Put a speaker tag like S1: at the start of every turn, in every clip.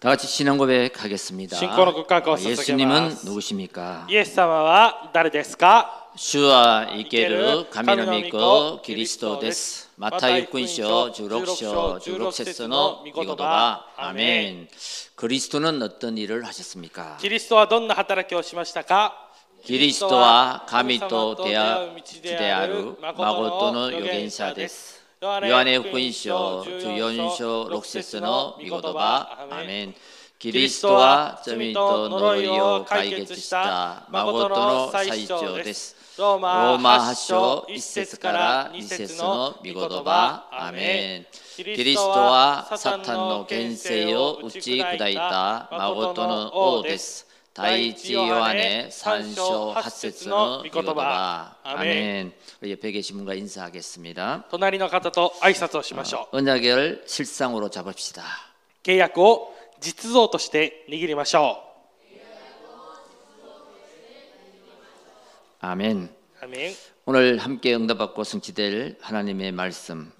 S1: 다 같이 신앙 고백하겠습니다. 어,
S2: 신권의 국가가
S1: 예수님은
S2: 시작합니다.
S1: 누구십니까?
S2: イエス様は誰ですか
S1: 주와 이케르
S2: 이케르,
S1: 가미노
S2: 가미노
S1: 믿고
S2: 믿고
S1: 그리스도 데스
S2: 그리스도
S1: 마타이
S2: 데스.
S1: 육군쇼 주록쇼
S2: 주록쇼,
S1: 주록세스노
S2: 주록세스노
S1: 미고도바
S2: 미고도바.
S1: 아멘 그리스도는 어떤 일을 하셨습니까?
S2: キリストはどんな働きをしましたか
S1: キリストは神と出会う地である誠の預言者です。ヨハネ福音書14章6節の御言葉、アーメン。キリストは罪と呪いを解決した誠の最長です。ローマ8章1節から2節の御言葉、アーメン。キリストはサタンの権勢を打ち砕いた誠の王です。第一ヨハネ3章8節の御言葉アメン옆에 계신 분과 인사하겠습니다
S2: 隣の方と挨拶をしましょ
S1: 언약을 실상으로 잡읍시다
S2: う契約を実像として握りましょ
S1: 아멘
S2: うアメン
S1: 오늘 함께 응답받고 성취될 하나님의 말씀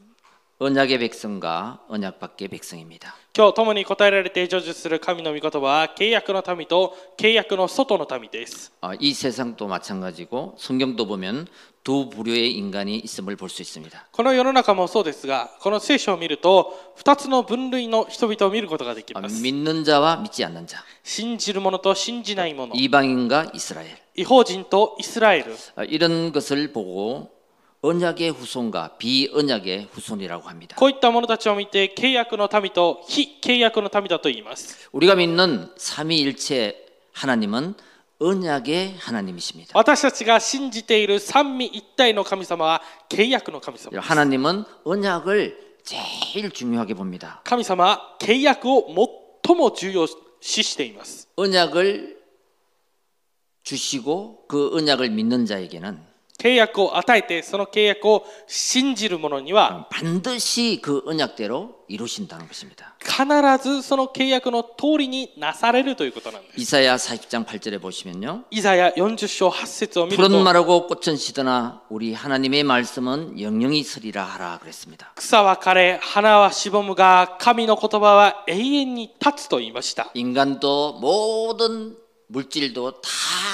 S1: 언약의 백성과 언약 밖의 백성입니다
S2: 今日共に答えられて成就する神の御言葉は契約の民と契約の外の民です。
S1: 아, 이 세상도 마찬가지고 성경도 보면 두 부류의 인간이 있음을 볼 수 있습니다
S2: この世の中もそうですが、この聖書を見ると2つの分類の人々を見ることができ
S1: 아,
S2: ます。
S1: 믿는 자와 믿지 않는 자
S2: 信じる者と信じない者、
S1: 이방인과 이스라엘
S2: 違法人とイスラエル。
S1: 아, 이런 것을 보고 언약의 후손과 비언약의 후손이라고 합니다.
S2: こういった者たちを見て契約の民と非契約の民だと言います。
S1: 우리가 믿는 삼위일체 하나님은 언약의 하나님이십니다.
S2: 私たちが信じている三位一体の神様は契約の神様。
S1: 하나님은 언약을 제일 중요하게 봅니다.
S2: 神様は契約を最も重要視しています。
S1: 언약을 주시고 그 언약을 믿는 자에게는
S2: 契約を与えてその契約を信じる者には
S1: 반드시 그 언약대로 이루신다는 것입니다.
S2: 必ずその契約の通りになされるということなんです
S1: 이사야 40장 8절에 보시면요.
S2: イザヤ40章8節を見る
S1: 푸른
S2: と
S1: 말하고 꽃은 시드나 우리 하나님의 말씀은 영영이 서리라 하라 그랬습니다.
S2: 草は枯れ花はしぼむが神の言葉は永遠に立つと言いました
S1: 인간도 모든 물질도 다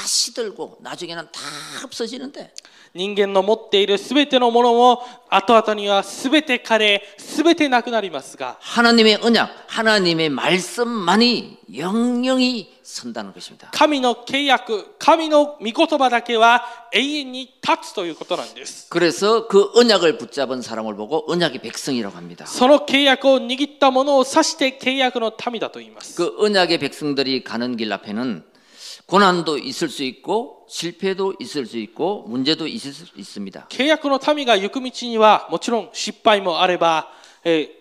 S1: 시들고 나중에는 다 없어지는데
S2: 人間の持っている全てのものも後々には全て枯れ全てなくなりますが
S1: 하나님의 언약, 하나님의 말씀만이 영영이 선다는 것입니다.
S2: 神の契約神の御言葉だけは永遠に立つということなんです
S1: 그래서 그 언약을 붙잡은 사람을 보고 언약의 백성이라고 합니다.
S2: その契約を握ったものを指して契約の民だと言います
S1: 그 언약의 백성들이 가는 길 앞에는 고난도 있을 수 있고 실패도 있을 수 있고 문제도 있을 수 있습니다.
S2: 契約の民が行く道にはもちろん失敗もあれば、えー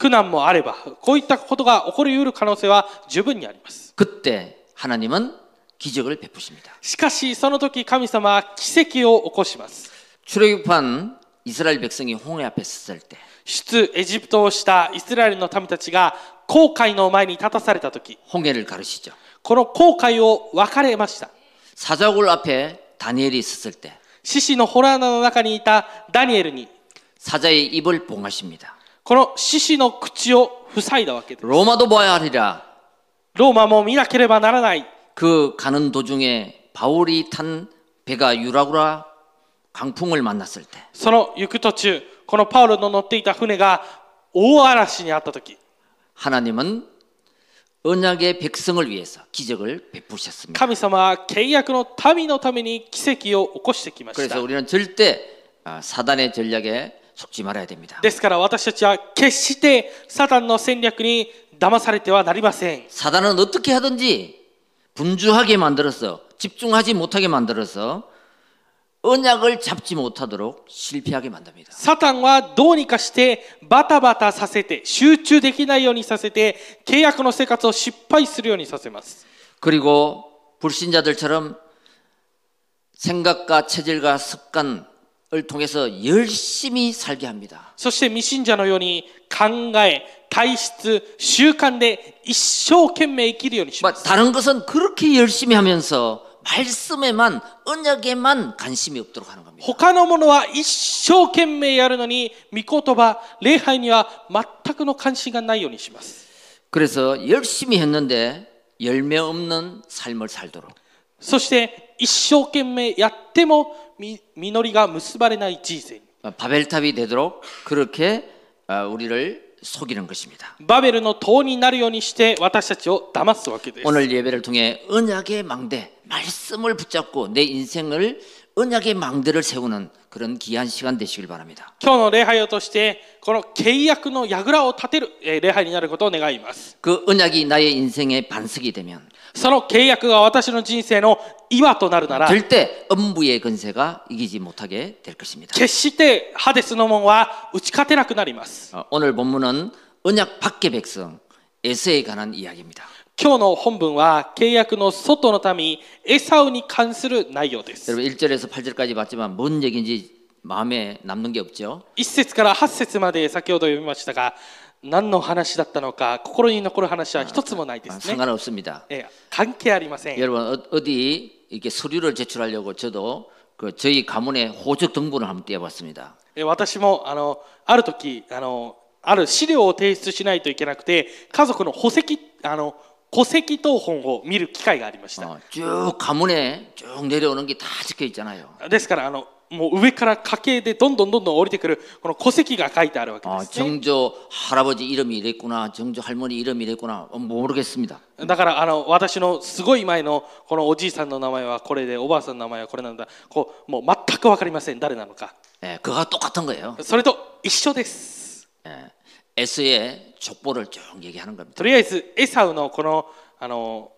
S2: 苦難もあればこういったことが起こりうる可能性は十分にあります
S1: 그때 하나님은 기적을 베푸십니다.
S2: しかしその時神様は奇跡を起こします
S1: 출애굽한 이스라엘 백성이 홍해 앞에 섰을 때
S2: 出エジプトをしたイスラエルの民たちが航海の前に立たされた時
S1: 홍해를 가르시죠.
S2: この航海を分かれました
S1: 사자굴 앞에 다니엘이 있었을 때
S2: 獅子のホラー穴の中にいたダニエルに
S1: 사자의 입을 봉하십니다.
S2: この獅子の口を塞いだわけです
S1: 로마도 보아야 하리라.
S2: ローマも見なければならない
S1: 그 가는 도중에 바울이 탄 배가 유라구라 강풍을 만났을 때
S2: その行く途中、このパウロの乗っていた船が大嵐にあった時、
S1: 하나님은 언약의 백성을 위해서 기적을 베푸셨습니다.
S2: 神様は契約の民のために奇跡を起こしてきました
S1: 그래서 。 우리는 절대 아, 사단의 전략에 속지 말아야 됩니다.
S2: ですから私たちは決してサタンの戦略に騙されてはなりません。
S1: 사단은 어떻게 하든지 분주하게 만들어서 집중하지 못하게 만들어서 언약을 잡지 못하도록 실패하게 만듭니다.
S2: サタンはどうにかしてバタバタさせて、集中できないようにさせて、契約の生活を失敗するようにさせます。
S1: 그리고 불신자들처럼 생각과 체질과 습관을 통해서 열심히 살게 합니다.
S2: そして未信者のように考え、体質、習慣で一生懸命生きるようにしま
S1: 뭐
S2: す
S1: 다른 것은 그렇게 열심히 하면서 말씀에만 언약에만 관심이 없도록 하는 겁니다.
S2: 他のものは一生懸命やるのに、御言葉、礼拝には全くの関心がないようにします。
S1: 그래서 열심히 했는데 열매 없는 삶을 살도록
S2: そして一生懸命やってもみ実りが結ばれない人生に
S1: 어, 바벨탑이 되도록 그렇게 아, 우리를 속이는 것입니다.
S2: バベルの塔になるようにして私たちを騙すわけです
S1: 오늘 예배를 통해 언약의 망대 말씀을 붙잡고 내 인생을 언약의 망대를 세우는 그런 귀한 시간 되시길 바랍니다.
S2: 今日の礼拝を通してこの契約の櫓を立てるえー礼拝になることを願います
S1: 그 언약이 나의 인생의 반석이 되면
S2: その契約が私の人生の岩となるなら
S1: 절대 음부의 근세가 이기지 못하게 될 것입니다.
S2: 決してハデスの門は打ち勝てなくなります
S1: 어, 오늘 본문은 언약 밖의 백성 에서에 관한 이야기입니다.
S2: 今日の本文は契約の外の民エサウに関する内容です
S1: 여러분 1절에서 8절까지 봤지만 뭔 얘기인지 마음에 남는 게 없죠.
S2: 1節から8節まで先ほど読みましたが何の話だったのか心に残る話は一つもないで
S1: 아,
S2: すね、
S1: 상관없습니다.
S2: ええ関係ありません
S1: 여러분 어- 어디 이렇게 서류를 제출하려고 저도 그 저희 가문의 호적 등본을 한번 떼어봤습니다.
S2: え私もあのある時あのある資料を提出しないといけなくて家族の戸籍あの戸籍謄本を見る機会がありました、
S1: 어, 쭉 가문에 쭉 내려오는 게 다 적혀 있잖아요. 어,
S2: ですからあのもう上から家系でどんどんどんどん降りてくるこの戸籍が書いてあるわけ
S1: 아,
S2: です、ね
S1: 정조 할아버지 이름이 이랬구나, 정조 할머니 이름이 이랬구나, 어, 모르겠습니다.
S2: だからあの私のすごい前のこのおじいさんの名前はこれでおばあさんの名前はこれなんだこうもう全く分かりません誰なのか
S1: 예, 그가 똑같은 거예요.
S2: それと一緒です
S1: 예, 에스의 족보를 쭉 얘기하는 겁니다.
S2: とりあえずエサウのこのあの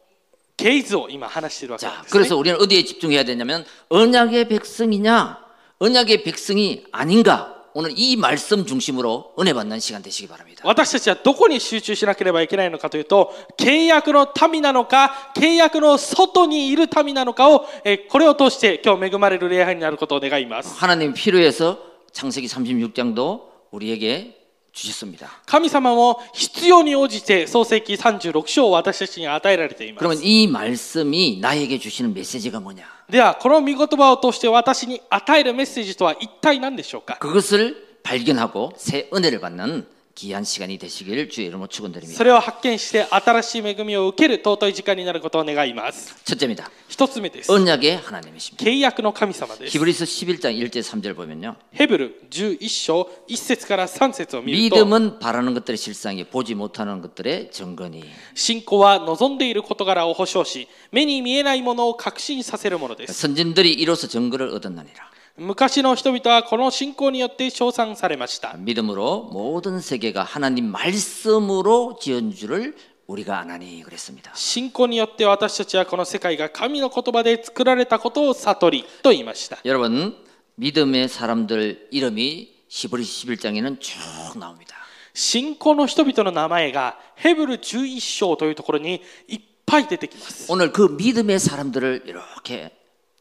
S2: ケイズを今話しているわけな
S1: 자,
S2: んです、ね、
S1: 그래서 우리는 어디에 집중해야 되냐면 언약의 백성이냐, 언약의 백성이 아닌가. 오늘 이 말씀 중심으로 은혜 받는 시간 되시기 바랍니다.
S2: 私たちはどこに集中しなければいけないのかというと契約の民なのか契約の外にいる民なのかを、えーこれを通して今日恵まれる礼拝になることを願います
S1: 하나님 필요해서 창세기 36장도 우리에게 주셨습니다.
S2: 神様も必要に応じて創世記36章を私たちに与えられています
S1: 그러면 이 말씀이 나에게 주시는 메시지가 뭐냐?
S2: ではこの御言葉を通して私に与えるメッセージとは一体何でしょうか
S1: 그것을 발견하고 새 은혜를 받는 귀한 시간이 되시길 주의 이름으로 축원드립니다.
S2: それを発見して新しい恵みを受ける尊い時間になることを願います
S1: 첫째입니다.
S2: 一つ目です
S1: 언약의 하나님이십니다.
S2: 契約の神様です
S1: 히브리서 11장 1절 3절 보면요.
S2: ヘブル11章1節から3節を見ると
S1: 믿음은 바라는 것들의 실상이 보지 못하는 것들의 증거니
S2: 信仰は望んでいる事柄を保証し目に見えないものを確信させるものです
S1: 선진들이 이로써 증거를 얻었느니라
S2: 昔の人々はこの信仰によって称賛されました
S1: 믿음으로 모든 세계가 하나님 말씀으로 지은 줄을 우리가 아나니 그랬습니다
S2: 信仰によって私たちはこの世界が神の言葉で作られたことを悟りと言いました
S1: 여러분 믿음의 사람들 이름이 히브리 11장에는 쭉 나옵니다
S2: 信仰の人々の名前がヘブル11章というところにいっぱい出てきます
S1: 오늘 그 믿음의 사람들을 이렇게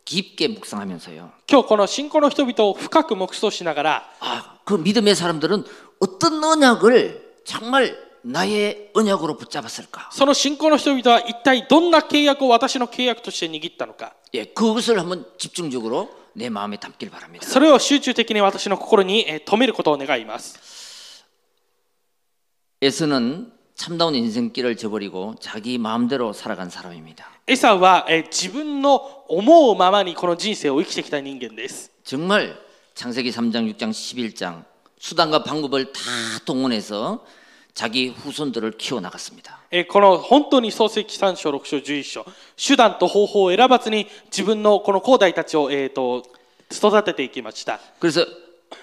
S1: 깊게 묵상하면서요
S2: 今日この信仰の人々を深く目想しながら
S1: 아, 그 믿음의 사람들은 어떤 언약을 정말 나의 언약으로 붙잡았을까
S2: その信仰の人々は一体どんな契約を私の契約として握ったのか
S1: 예, 그것을 한번 집중적으로 내 마음에 담길 바랍니다.
S2: それを集中的に私の心にえー留めることを願います。
S1: 에서는 참다운 인생길을 저버리고 자기 마음대로 살아간 사람입니다.
S2: エサウはえー自分の思うままにこの人生を生きてきた人間です。
S1: 정말 창세기 3장, 6장, 11장 수단과 방법을 다 동원해서 자기 후손들을 키워나갔습니다.
S2: えーこの本当に創世記3章、6章、11章、手段と方法を選ばずに自分のこの後代たちを、えー、と育てていきました。
S1: 그래서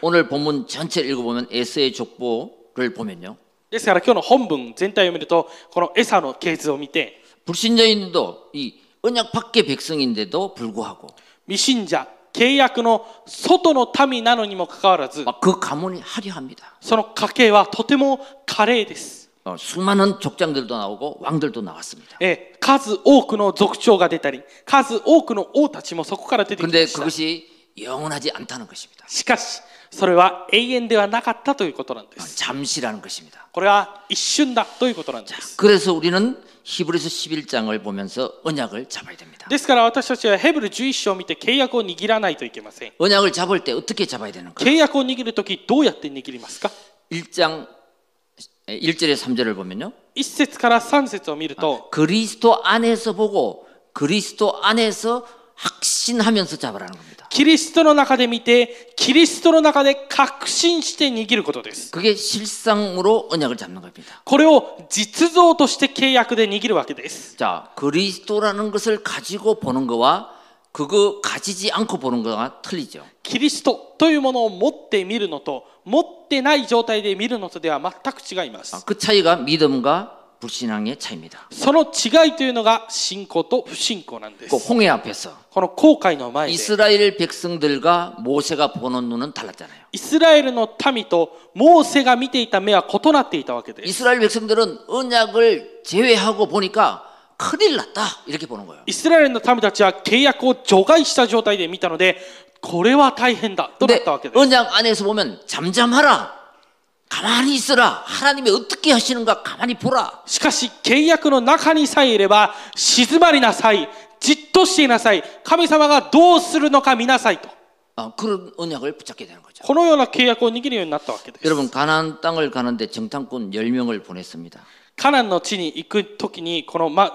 S1: 오늘 본문 전체를 읽어보면 에서의 족보를 보면요.
S2: ですから今日の本文全体を見ると、このエサウの系図を見て、
S1: 불신자인도 이 언약 밖의 백성인데도 불구하고
S2: 未信者、契約の外の民なのにもかかわらず、
S1: 막 그 가문이 화려합니다.
S2: その家系はとても華麗です。
S1: 어, 수많은 족장들도 나오고 왕들도 나왔습니다.
S2: えー数多くの族長が出たり数多くの王たちもそこから出てきま
S1: 근데
S2: した
S1: 그것이 영원하지 않다는 것입니다.
S2: しかしそれは永遠ではなかったということなんです
S1: 잠시라는 것입니다.
S2: これは一瞬だということなんです
S1: 그래서 우리는 히브리서 11장을 보면서 언약을 잡아야 됩니다.
S2: ですから私たちはヘブル11章を見て契約を握らないといけません
S1: 언약을 잡을 때 어떻게 잡아야 되는가?
S2: 契約を握るときどうやって握りますか
S1: 1장 1절에 3절을 보면요.
S2: 1節から3節を見ると
S1: 그리스도 안에서 보고 그리스도 안에서 확신하면서 잡으라는 겁니다.
S2: キリストの中で見てキリストの中で確信して握ることです
S1: 그게 실상으로 언약을 잡는 겁니다.
S2: これを実像として契約で握るわけです
S1: 자, 그리스도라는 것을 가지고 보는 거와 그거 가지지 않고 보는 거가 틀리죠.
S2: キリストというものを持って見るのと持ってない状態で見るのとでは全く違いま
S1: 아,
S2: す
S1: 그 차이가 믿음과 불신앙의 차이입니다.
S2: その違いというのが信仰と不信仰なんです
S1: 그 홍해 앞에서
S2: この後悔の前で
S1: 이스라엘 백성들과 모세가 보는 눈은 달랐잖아요.
S2: イスラエルの民とモーセが見ていた目は異なっていたわけです
S1: 이스라엘 백성들은 언약을 제외하고 보니까 큰일 났다 이렇게 보는 거예요.
S2: イスラエルの民たちは契約を除外した状態で見たのでこれは大変だとなっ
S1: 근데
S2: たわけです
S1: 언약 안에서 보면 잠잠하라. 가만히 있어라. 하나님이 어떻게 하시는가 가만히 보라.
S2: しかし契約の中にさえいれば静まりなさいじっとしていなさい神様がどうするのか見なさいと
S1: 아, 그런 언약을 붙잡게 되는 거죠.
S2: このような契約を握るようになったわけです
S1: 여러분 가나안 땅을 가는데 정탐꾼 10명을 보냈습니다.
S2: カナンの地に行く時にこの、ま、ん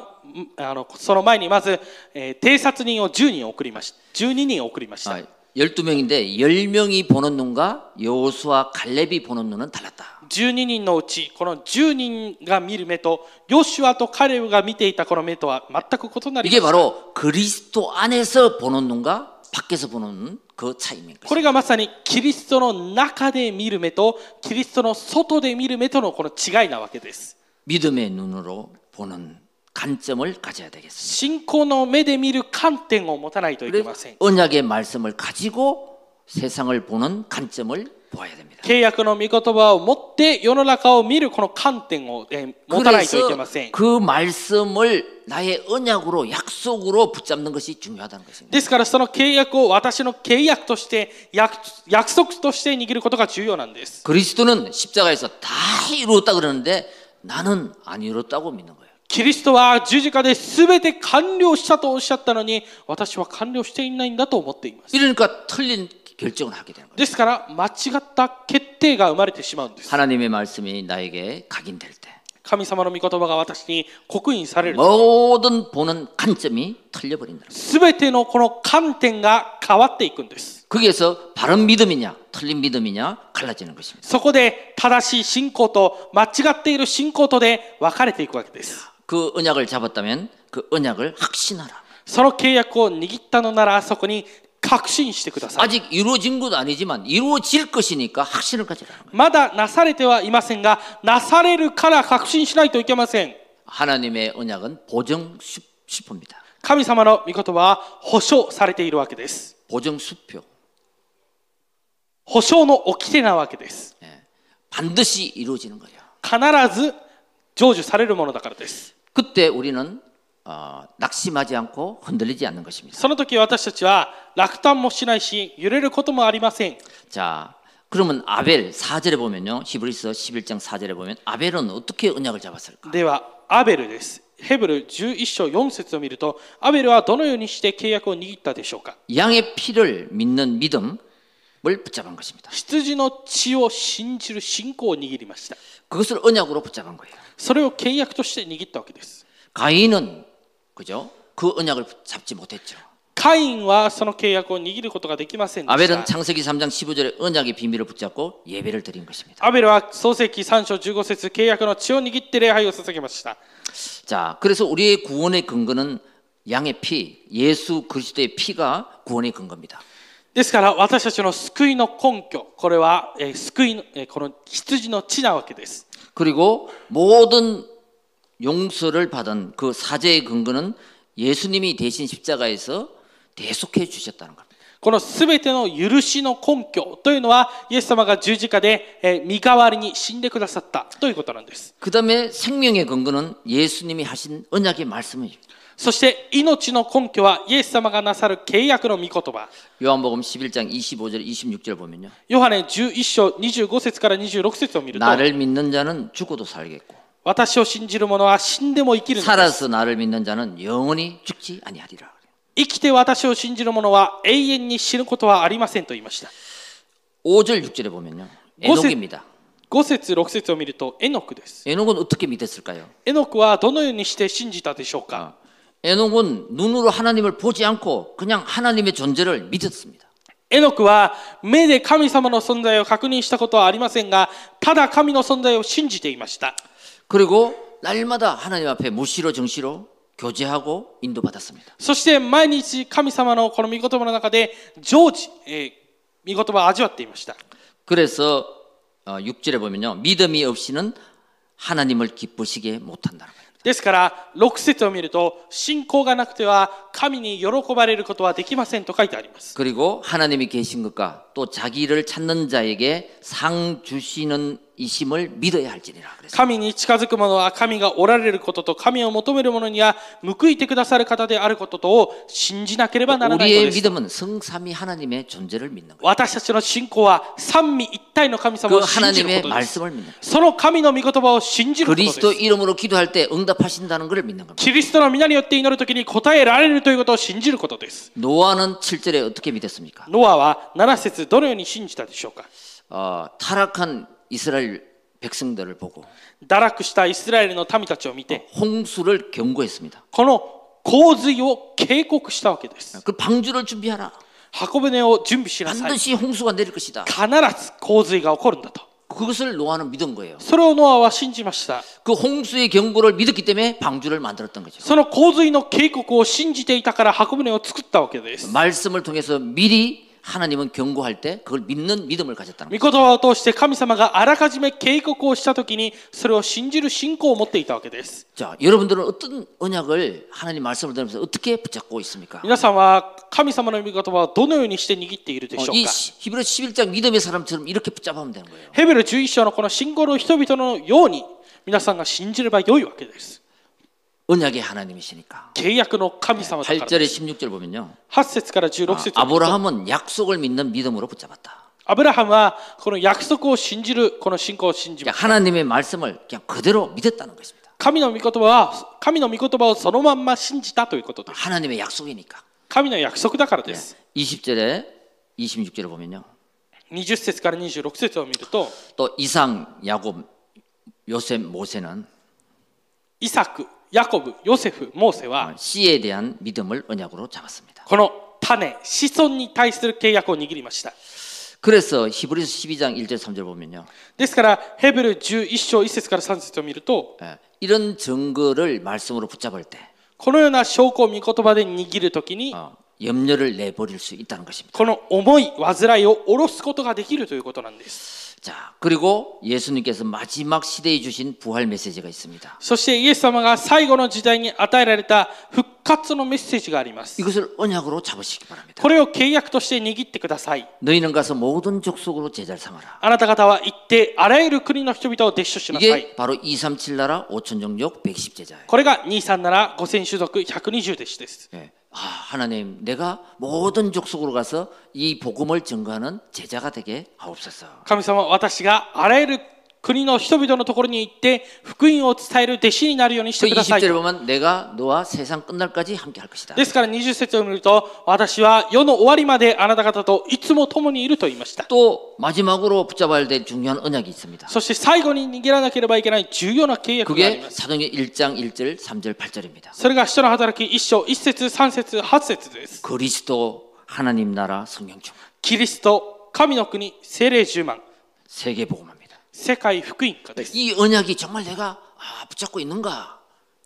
S2: あのその前にまず、えー偵察人を10人送りました12人送りました、
S1: 아, 12명인데 10명이 보는 눈과 여호수아 갈렙이 보는 눈은 달랐다.
S2: 12人のうちこの10人が見る目とヨシュアとカレブが見ていたこの目とは全く異なりま
S1: 이게
S2: す
S1: 바로 그리스도 안에서 보는 눈과 밖에서 보는 눈, 그 차이인 거죠.
S2: これがまさにキリストの中で見る目とキリストの外で見る目とのこの違いなわけです。
S1: 믿음의 눈으로 보는 관점을 가져야 되겠습니다.
S2: 信仰の目で見る観点を持たないといけません。
S1: 언약의 말씀을 가지고 세상을 보는 관점을 보아야 됩니다.
S2: 契約の御言葉を持って世の中を見るこの観点を、えー持たないといけませ
S1: 그래서
S2: ん。
S1: 그 말씀을 나의 언약으로 약속으로 붙잡는 것이 중요하다는 것입니다.
S2: ですからその契約を私の契約として約約束として握ることが重要なんです。
S1: 그리스도는 십자가에서 다 이루었다 그러는데 나는 안 이루었다고 믿는 거예요.
S2: キリストは十字架で全て完了したとおっしゃったのに私は完了していないんだと思っています。
S1: 이러니까 틀린 결정을 하게 되는 거예요.
S2: ですから間違った決定が生まれてしまうんです。
S1: 하나님의 말씀이 나에게 각인될 때
S2: 神様の御言葉が私に刻印される
S1: 모든 보는 관점이 틀려버린다.
S2: すべてのこの観点が変わっていくんです
S1: 거기에서 바른 믿음이냐 틀린 믿음이냐 갈라지는 것입니다.
S2: そこで正しい信仰と間違っている信仰とで分かれていくわけです
S1: 그 언약을 잡았다면 그 언약을 확신하라.
S2: その契約を握ったのならそこに確信してください
S1: 아직 이루어진 것도 아니지만 이루어질 것이니까 확신을 가지라는 거예요.
S2: まだなされてはいませんがなされるから確信しないといけません
S1: 하나님의 언약은 보정 수- 수표입니다.
S2: 神様の御言葉は保証されているわけです
S1: 보정 수표.
S2: 保証の掟なわけです
S1: 예. 반드시 이루어지는 거예요.
S2: 必ず成就されるものだからです
S1: 그때 우리는 어, 낙심하지 않고 흔들리지 않는 것입니다.
S2: その時私たちは落胆もしないし揺れることもありません
S1: 자, 그러면 아벨 4절에 보면요. 히브리서 11장 4절에 보면 아벨은 어떻게 언약을 잡았을까?
S2: ではアベルですヘブル11章4節を見るとアベルはどのようにして契約を握ったでしょうか
S1: 양의 피를 믿는 믿음을 붙잡은 것입니다.
S2: 羊の血を信じる信仰を握りました
S1: 그것을 언약으로 붙잡은 거예요.
S2: それを契約として握ったわけです
S1: 가인은 그죠? 그 언약을 잡지 못했죠.
S2: カインはその契約を握ることができませんでし
S1: 아벨은
S2: た
S1: 창세기 3장 15절에 언약의 비밀을 붙잡고 예배를 드린 것입니다.
S2: アベルは創世記3章15節契約の血を握って礼拝を捧げました
S1: 자, 그래서 우리의 구원의 근거는 양의 피, 예수 그리스도의 피가 구원의 근거입니다.
S2: ですから私たちの救いの根拠これは、えー救いの、えーこの羊の血なわけです
S1: 그리고 모든 용서를 받은 그 사제의 근거는 예수님이 대신 십자가에서 대속해 주셨다는 겁니다.
S2: このすべての許しの根拠というのは、イエス様が十字架でえー身代わりに死んでくださったということなんです。
S1: 그 다음에 생명의 근거는 예수님이 하신 언약의 말씀입니다.
S2: そして命の根拠は、イエス様がなさる契約の御言葉。
S1: 요한복음 11장 25절 26절 보면요.
S2: ヨハネ11章25節から26節を見ると、
S1: 나를 믿는 자는 죽어도 살겠고
S2: 私を信じる者は死んでも生きるのだ
S1: 살아서 나를 믿는 자는 영원히 죽지 아니하리라.
S2: 生きて私を信じる者は永遠に死ぬことはありませんと言いました。
S1: 5절 6절에 보면요.
S2: 옷을-
S1: 에녹입니다.
S2: 5節6節を見るとエノクです。
S1: 에녹은 어떻게 믿었을까요?
S2: エノクはどのようにして信じたでしょうか
S1: 에녹은 눈으로 하나님을 보지 않고 그냥 하나님의 존재를 믿었습니다.
S2: エノクは目で神様の存在を確認したことはありませんが、ただ神の存在を信じていました。
S1: 그리고 날마다 하나님 앞에 무시로 정시로 교제하고 인도받았습니다.
S2: そして毎日神様のこの御言葉の中で常時、えー、御言葉を味わっていました。
S1: 그래서 6절에 보면요. 믿음이 없이는 하나님을 기쁘시게 못한다는 거예요.
S2: ですから、6節を見ると、信仰がなくては神に喜ばれることはできませんと書いてあります。
S1: 그리고 하나님이 계신 것과 또 자기를 찾는 자에게 상 주시는 이심을 믿어야 할지니라 그랬어요.
S2: 神に近づく者は神がおられることと神を求める者には報いてくださる方であることとを信じなければならないの
S1: 우리의
S2: です。
S1: 믿음은 성삼위 하나님의 존재를 믿는 거예요.
S2: 私たちの信仰は三位一体の神
S1: 그
S2: 様を信じる
S1: 하나님의
S2: ことです。
S1: 말씀을 믿는 거예요.
S2: その神の御言葉を信じることです。
S1: 그리스도 이름으로 기도할 때 응답하신다는 것을 믿는 겁니다.
S2: キリストの皆によって祈るときに答えられるということを信じることです。
S1: 노아는 7절에 어떻게 믿었습니까?
S2: ノアは7節どのように信じたでしょうか
S1: 어, 타락한 이스라엘 백성들을 보고
S2: 堕落したイスラエルの民たちを見て、
S1: 홍수를 경고했습니다.
S2: この洪水を警告したわけです。
S1: 그 방주를 준비하라.
S2: 箱舟を準備しなさい。
S1: 반드시 홍수가 내릴 것이다.
S2: 必ず洪水が起こるんだと。
S1: 그것을 노아는 믿은 거예요.
S2: それをノアは信じました。
S1: 그 홍수의 경고를 믿었기 때문에 방주를 만들었던 거죠.
S2: その洪水の警告を信じていたから箱舟を作ったわけです。
S1: 말씀을 통해서 미리 하나님은 경고할 때 그걸 믿는 믿음을 가졌다는 거예요.
S2: 御言葉を通して神様があらかじめ警告をしたときにそれを信じる信仰を持っていたわけです。
S1: 자, 여러분들은 어떤 언약을 하나님 말씀을 들으면서 어떻게 붙잡고 있습니까?
S2: 皆さんは神様の御言葉をどのようにして握っているで
S1: 어,
S2: しょう
S1: 이
S2: か
S1: 히브리 11장 믿음의 사람처럼 이렇게 붙잡으면 되는 거예요.
S2: ヘベル11章のこの信仰の人々のように皆さんが信じれば良いわけです。
S1: 언약의 하나님이시니까.
S2: 契約の神様だから。
S1: 8절에 16절 보면요.
S2: 8節から16
S1: 아,
S2: 節を見ると
S1: 아브라함은 약속을 믿는 믿음으로 붙잡았다.
S2: アブラハムはこの約束を信じるこの信仰を信じ
S1: 그냥
S2: ます。
S1: 하나님의 말씀을 그냥 그대로 믿었다는 것입니다.
S2: 神の御言葉は神の御言葉をそのまんま信じたということです。
S1: 하나님의 약속이니까.
S2: 神の約束だからです。
S1: 20절에 26절을 보면요.
S2: 20節から26節を見ると
S1: 또 이상, 야곱, 요셉, 모세는
S2: イサク、ヤコブ、ヨセフ、モーセは
S1: 씨에 아, 대한 믿음을 언약으로 잡았습니다.
S2: この種、子孫に対する契約を握りました。
S1: 그래서 히브리서 12장 1절 3절 보면요.
S2: ですからヘブル11章1節から3節を見ると
S1: 예, 이런 증거를 말씀으로 붙잡을 때
S2: このような証拠を御言葉で握るときに
S1: 어, 염려를 내버릴 수 있다는 것입니다.
S2: この重い煩いを下ろすことができるということなんです。
S1: 자, 그리고 예수님께서 마지막 시대에 주신 부활 메시지가 있습니다.
S2: そしてイエス様が最後の時代に与えられた復活のメッセージがあります。
S1: 이것을 언약으로 잡으시기 바랍니다.
S2: これを契約として握ってください。
S1: 너희는 가서 모든 족속으로 제자를 삼아라.
S2: あなた方は行ってあらゆる国の人々を弟子としなさい。
S1: 이게 바로 237 나라 5천 종족 110 제자예요.
S2: これが237 5000種族120弟子です。
S1: 예. 아, 하나님, 내가 모든 족속으로 가서 이 복음을 증거하는 제자가 되게 하옵소서.
S2: 神様、私があらゆる国の人々のところに行って福音を伝える弟子になるようにし
S1: 그
S2: てください。
S1: 20절에 보면 내가 너와 세상 끝날까지 함께 할 것이다.
S2: ですから20節を見ると、私は世の終わりまであなた方といつも共にいると言いました。
S1: 또 마지막으로 붙잡아야 될 중요한 언약이 있습니다.
S2: そして最後に握らなければいけない重要な契約があり
S1: 그게
S2: ます。
S1: 사도행전 1장 1절 3절 8절입니다.
S2: それが人の働き1章1節3節8節です。
S1: 그리스도 하나님ナ라 성령 충만
S2: キリスト、神の国、精霊10万、
S1: 세계 복음합니다.
S2: 世界福音家です。
S1: 이 언약이 정말 내가 아, 붙잡고 있는가?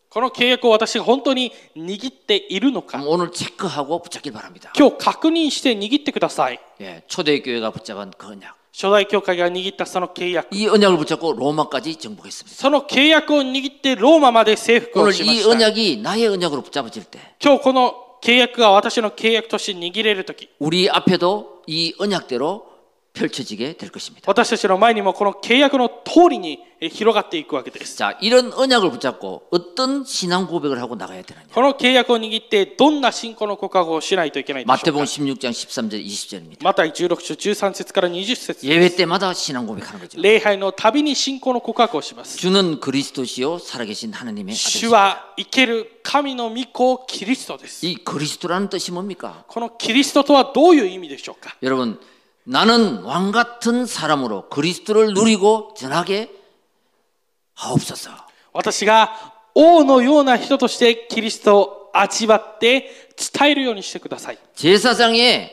S2: この契約を私が本当に握っているのか
S1: 그럼 、 오늘 체크하고 붙잡길 바랍니다.
S2: 今日確認して握ってください。
S1: 예, 초대 교회가 붙잡은 그 언약.
S2: 初代教会が握ったその契約。
S1: 이 언약을 붙잡고 로마까지 정복했습니다.
S2: その契約を握ってローマまで征服を
S1: 오늘
S2: しま
S1: 이
S2: した。
S1: 언약이 나의 언약으로 붙잡아질 때
S2: 今日この契約が私の契約として握れるとき、
S1: 우리 앞에도 이 언약대로 펼쳐지게 될 것입니다.
S2: 私たちの前にもこの契約の通りにえ広がっていくわけです。
S1: 자, 이런 언약을 붙잡고 어떤 신앙 고백을 하고 나가야 되느냐?
S2: この契約を握ってどんな信仰の告白をしないといけないでしょうか
S1: 마태복음 16장 13절 20절입니다.
S2: マタイ16章13節から20節
S1: 예배 때마다 신앙 고백하는 거죠.
S2: 礼拝のたびに信仰の告白をします。
S1: 주는 그리스도시요 살아계신 하나님의 아들이시다.
S2: 主は生ける神の御子キリストです。
S1: 이 그리스도라는 뜻이 뭡니까?
S2: このキリストとはどういう意味でしょうか
S1: 여러분 나는 왕 같은 사람으로 그리스도를 누리고 전하게 하옵소서.
S2: 私が王のような人としてキリストを味わって伝えるようにしてください。
S1: 제사장의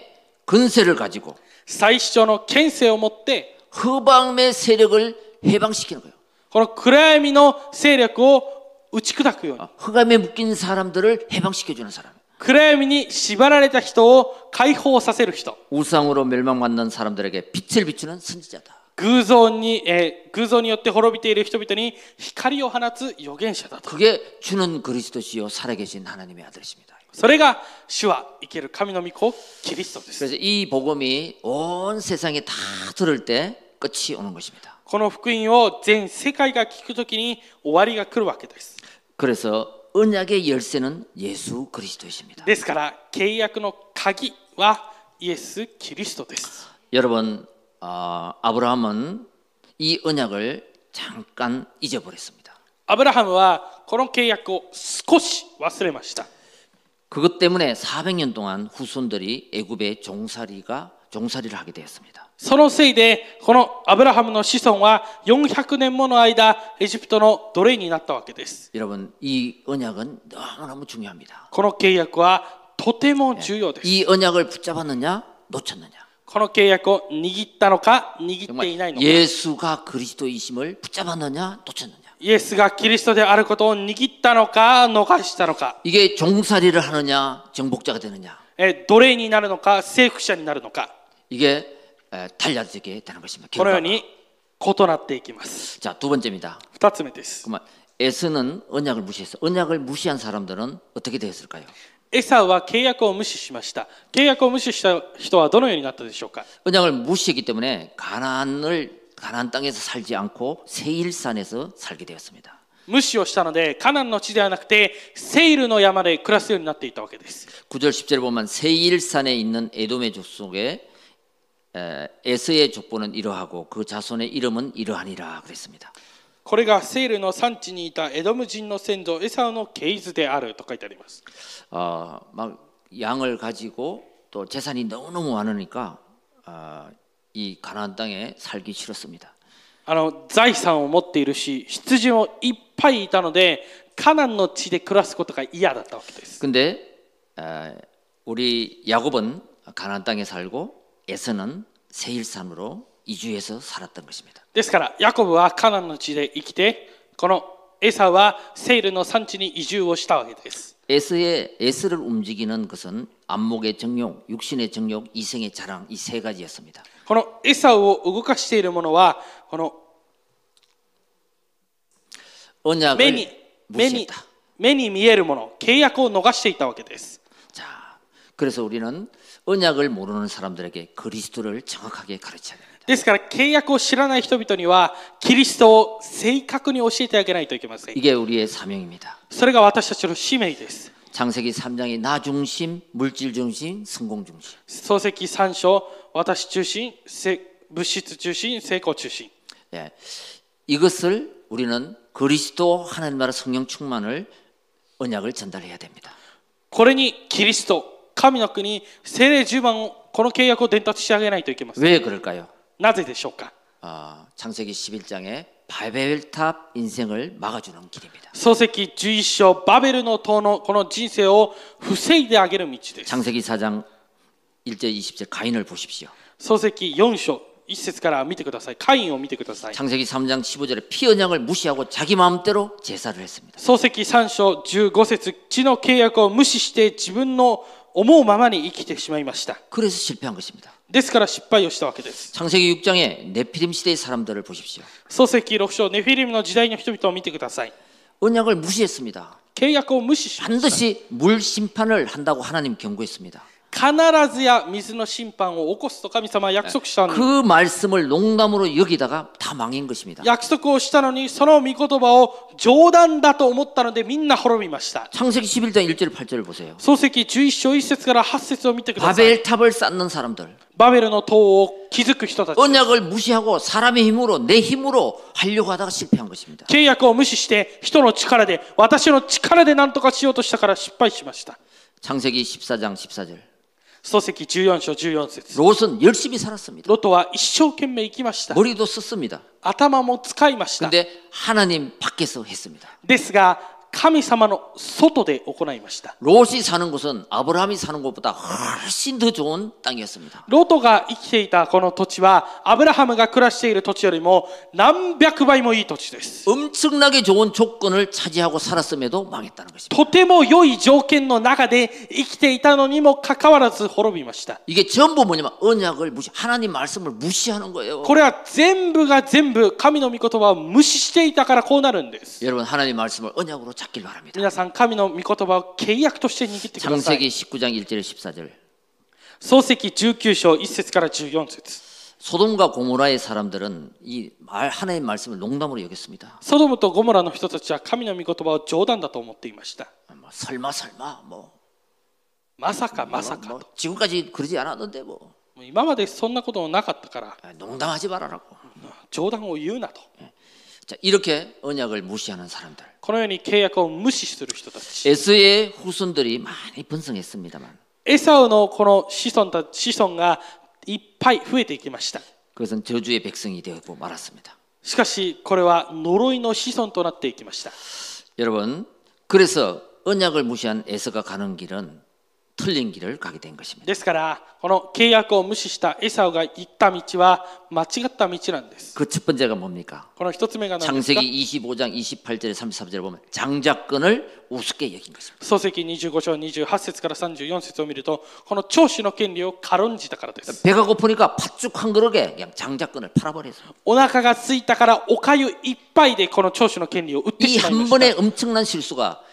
S1: 근세를 가지고
S2: 最主張の権勢を持って、
S1: 허방의 세력을 해방시키는 거예요.
S2: この暗闇の勢力を打ち砕くように、
S1: 흑암에 묶인 사람들을 해방시켜주는 사람.
S2: 暗闇に縛られた人を解放させる人、
S1: 우상으로 멸망받는 사람들에게 빛을 비추는 선지자다.
S2: 偶像に、えー偶像によって滅びている人々に光を放つ預言者だと。
S1: 그게 주는 그리스도시요 살아계신 하나님의 아들이십니다.
S2: それが主は生ける神の御子、キリストです。
S1: 그래서 이 복음이 온 세상에 다 들을 때 끝이 오는 것입니다.
S2: この福音を全世界が聞くときに終わりが来るわけです。
S1: 그래서 언약의 열쇠는 예수 그리스도이십니다.
S2: ですから契約の鍵はイエス・キリストです。
S1: 여러분 아, 아브라함은 이 언약을 잠깐 잊어버렸습니다.
S2: アブラハムはこの契約を少し忘れました。
S1: 그것 때문에 400년 동안 후손들이 애굽의 종살이가 종살이를 하게 되었습니다.
S2: そのせいで、このアブラハムの子孫は400年もの間、エジプトの奴隷になったわけです。
S1: 여러분 이 언약은 너무너무 중요합니다.
S2: この契約はとても重要です。
S1: 이 언약을 붙잡았느냐 놓쳤느냐
S2: この契約を握ったのか、握っていない
S1: 정말
S2: のか。イ
S1: 예수가 그리스도이심을 붙잡았느냐 놓쳤느냐
S2: エスがキリストであることを握ったのか、逃したのか、
S1: 이게 종살이를 하느냐 정복자가 되느냐
S2: え奴隷になるのか、征服者になるのか、
S1: 이게 에, 달라지게 되는 것입니다.
S2: このよ
S1: 결과가.
S2: うに異なっていきます。
S1: 자 두 번째입니다.
S2: 二つ目です。
S1: 그만 에스는 언약을 무시했어. 언약을 무시한 사람들은 어떻게 되었을까요?
S2: エサウは契約を無視しました。契約を無視した人はどのようになったでしょうか
S1: 언약을 무시했기 때문에 가나안을 가나안 땅에서 살지 않고 세일산에서 살게 되었습니다.
S2: 無視をしたので、カナンの地ではなくて、セイルの山で暮らすようになっていたわけです。
S1: 9절 10절에 보면 세일산에 있는 에돔의 족속에 에, 에스의 족보는 이러하고 그 자손의 이름은 이러하니라 그랬습니다.
S2: これがセイルの産地にいたエドム人の先祖エサウの系図であると書いてあります。
S1: 어, 막 양을 가지고 또 재산이 너무너무 많으니까 아, 이 가나안 땅에 살기 싫었습니다.
S2: あの財産を持っているし、羊もいっぱいいたので、カナンの地で暮らすことが嫌だったわけです。
S1: 근데 에, 우리 야곱은 가나안 땅에 살고 에서는 세일산으로 이주해서 살았던 것입니다.
S2: ですから、ヤコブはカナンの地で生きて、このエサウはセイルの産地に移住をしたわけです。
S1: 에스의 에스를 움직이는 것은 안목의 정욕, 육신의 정욕, 이생의 자랑 이 세 가지였습니다.
S2: このエサウを動かしているものはこの目に
S1: 언약을
S2: 目に
S1: 무시했다.
S2: 目に見えるもの契約を逃していたわけです。
S1: 자, 그래서 우리는 언약을 모르는 사람들에게 그리스도를 정확하게 가르쳐야 됩니다.
S2: ですから契約を知らない人々にはキリストを正確に教えてあげないといけません。
S1: 이게 우리의 사명입니다.
S2: それが私たちの使命です。
S1: 창세기 3장의 나 중심, 물질 중심, 성공 중심.
S2: 漱石三章、私中心、せ物質中心、成功中心。
S1: 예. 이것을 우리는 그리스도 하나님 나라 성령 충만을 언약을 전달해야 됩니다.
S2: これにキリスト、神の国、精霊十番をこの契約を伝達してあげないといけません。
S1: 왜 그럴까요?
S2: なぜでしょうか
S1: 아, 창세기 11장에 바벨탑 인생을 막아주는 길입니다.
S2: 漱石11章バベルの塔のこの人生を防いであげる道です。
S1: 창세기 4장 1절 20절 가인을 보십시오.
S2: 漱石4章1節から見てください。カインを見てください。
S1: 창세기 3장 15절에 피 언약을 무시하고 자기 마음대로 제사를 했습니다.
S2: 漱石3章15節地の契約を無視して自分の思うままに生きてしまいました。
S1: 그래서 실패한 것입니다.
S2: ですから失敗をしたわけです。
S1: 창세기 6장에 네피림 시대의 사람들을 보십시오.
S2: 漱石6章ネフィリムの時代の人々を見てください。
S1: 언약을 무시했습니다.
S2: 契約を無視しました。
S1: 반드시 물 심판을 한다고 하나님 경고했습니다.
S2: 必ずや水の審判を起こすと神様は約束したのに
S1: 그 말씀을 농담으로 여기다가 다 망인 것입니다.
S2: 約束をしたのにその御言葉を冗談だと思ったのでみんな滅びました。
S1: 창세기 11장 1절 8절을 보세요.
S2: 漱石11章1節から8節を見てください。
S1: 바벨탑을 쌓는 사람들,
S2: バベルの塔を築く人たち。
S1: 언약을 무시하고 사람의 힘으로 내 힘으로 하려고 하다가 실패한 것입니다.
S2: 契約を無視して人の力で私の力で何とかしようとしたから失敗しました。
S1: 창세기 14장 14절.
S2: 創世記14章14節
S1: 롯은 열심히 살았습니다.
S2: ロトは一生懸命生きました。
S1: 머리도 썼습니다.
S2: 頭も使いました。
S1: 근데 하나님 밖에서 했습니다.
S2: ですが、神様の外で行いました。
S1: 롯이 사는 곳은 아브라함이 사는 곳보다 훨씬 더 좋은 땅이었습니다.
S2: ロトが生きていたこの土地は、アブラハムが暮らしている土地よりも何百倍もいい土地です。
S1: 엄청나게 좋은 조건을 차지하고 살았음에도 망했다는 것입니다.
S2: とても良い条件の中で生きていたのにもかかわらず滅びました。
S1: 이게 전부 뭐냐면 언약을 무시, 하나님 말씀을 무시하는 거예요.
S2: これは全部が全部神の御言葉を無視していたからこうなるんです。
S1: 여러분 하나님 말씀을 언약으로 잡길 바랍니다.
S2: 皆さん、神の御言葉を契約として握ってください。
S1: 창세기 19장 1절 14절.
S2: 創世記19章1節から14節
S1: 소돔과 고모라의 사람들은 이 말 하나님의 말씀을 농담으로 여겼습니다.
S2: ソドムとゴモラの人たちは神の御言葉を冗談だと思っていました。
S1: 아마 설마 설마 뭐,
S2: まさかまさ
S1: 뭐,
S2: かと。
S1: 뭐 지금까지 그러지 않았는데 뭐
S2: もう今までそんなことなかったから、
S1: 아, 농담하지 말아라고.
S2: 冗談を言うなと。
S1: 자 이렇게 언약을 무시하는 사람들.
S2: このように契約を無視する人たち。
S1: 에스의 후손들이 많이 번성했습니다만
S2: エサウのこの子孫た子孫がいっぱい増えていきました。
S1: 그것은 저주의 백성이 되고 말았습니다.
S2: しかし、これは呪いの子孫となっていきました。
S1: 여러분 그래서 언약을 무시한 에스가 가는 길은 틀린 길을 가게 된 것입니다.
S2: ですから、この契約を無視したエサウが行った道は間違った道なんです。
S1: 그 첫 번째가 뭡니까?
S2: この一つ目が何ですか
S1: 창세기 25장 28절에 33절에 보면 장자권을 우습게 여긴 것입니다.
S2: 創世記25章28節から34節を見ると、この長子の権利を軽んじたからです。
S1: 배가 고프니까 팥죽 한 그릇에 그냥 장자권을 팔아버려서
S2: お腹が空いたからおかゆいっぱいでこの長子の権利を売ってし
S1: 이
S2: まいま
S1: 한
S2: した。
S1: 번의 엄청난 실수가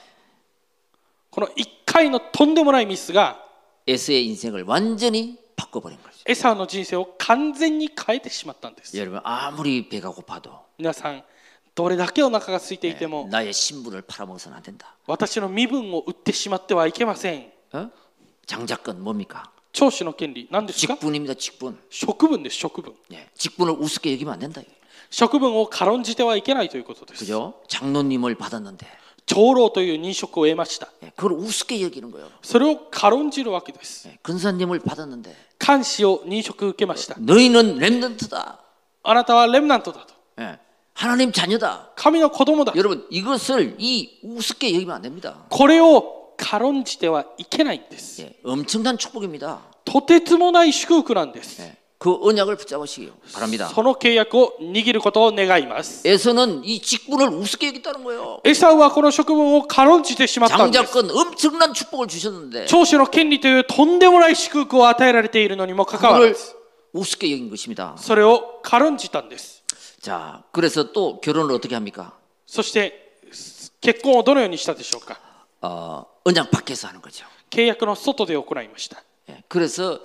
S2: この一回のとんでもないミスが、
S1: 에스의 인생을 완전히 바꿔버린 거죠.
S2: エサウの人生を完全に変えてしまったんです。
S1: 여러분 아무리 배가 고파도
S2: 皆さん、どれだけお腹が空いていても、
S1: 나의 신분을 팔아먹어서는 안 된다.
S2: 私の身分を売ってしまってはいけません。
S1: 어? 장자권 뭡니까?
S2: 長子の権利、何ですか
S1: 직분입니다. 직분.
S2: 職分です、職分。
S1: 예, 직분을 우습게 여기면 안 된다. 이거.
S2: 職分を軽んじてはいけないということです。
S1: 그죠? 장로님을 받았는데
S2: 長老という認職を得ました。
S1: 예, 그걸 우습게 여기는 거예요.
S2: それを軽んじるわけです。
S1: 예, 근사님을 받았는데
S2: 監視を認職受けました。
S1: 너희는 렘넌트다.
S2: あなたはレムナントだと。
S1: 예, 하나님 자녀다.
S2: 神の子供だ。
S1: 여러분 이것을 이 우습게 여기면 안 됩니다.
S2: これを軽んじてはいけないんです。
S1: 예, 엄청난 축복입니다.
S2: とてつもない祝福なんです。
S1: 예, 그 언약을 붙잡으시기 바랍니다.
S2: その契約を握ることを願います。
S1: 에서는 이 직분을 우습게 여겼다는 거예요.
S2: エサウはこの職分を軽んじてしまったんです。
S1: 장자권 엄청난 축복을 주셨는데
S2: 長子の権利というとんでもない祝福を与えられているのにもかかわら
S1: 그걸
S2: ず、
S1: 우습게 여긴 것입니다.
S2: それを軽んじたんです。
S1: 자, 그래서 또 결혼을 어떻게 합니까?
S2: そして、結婚をどのようにしたでしょうか
S1: 어, 언약 밖에서 하는 거죠.
S2: 契約の外で行いました。
S1: 예, 그래서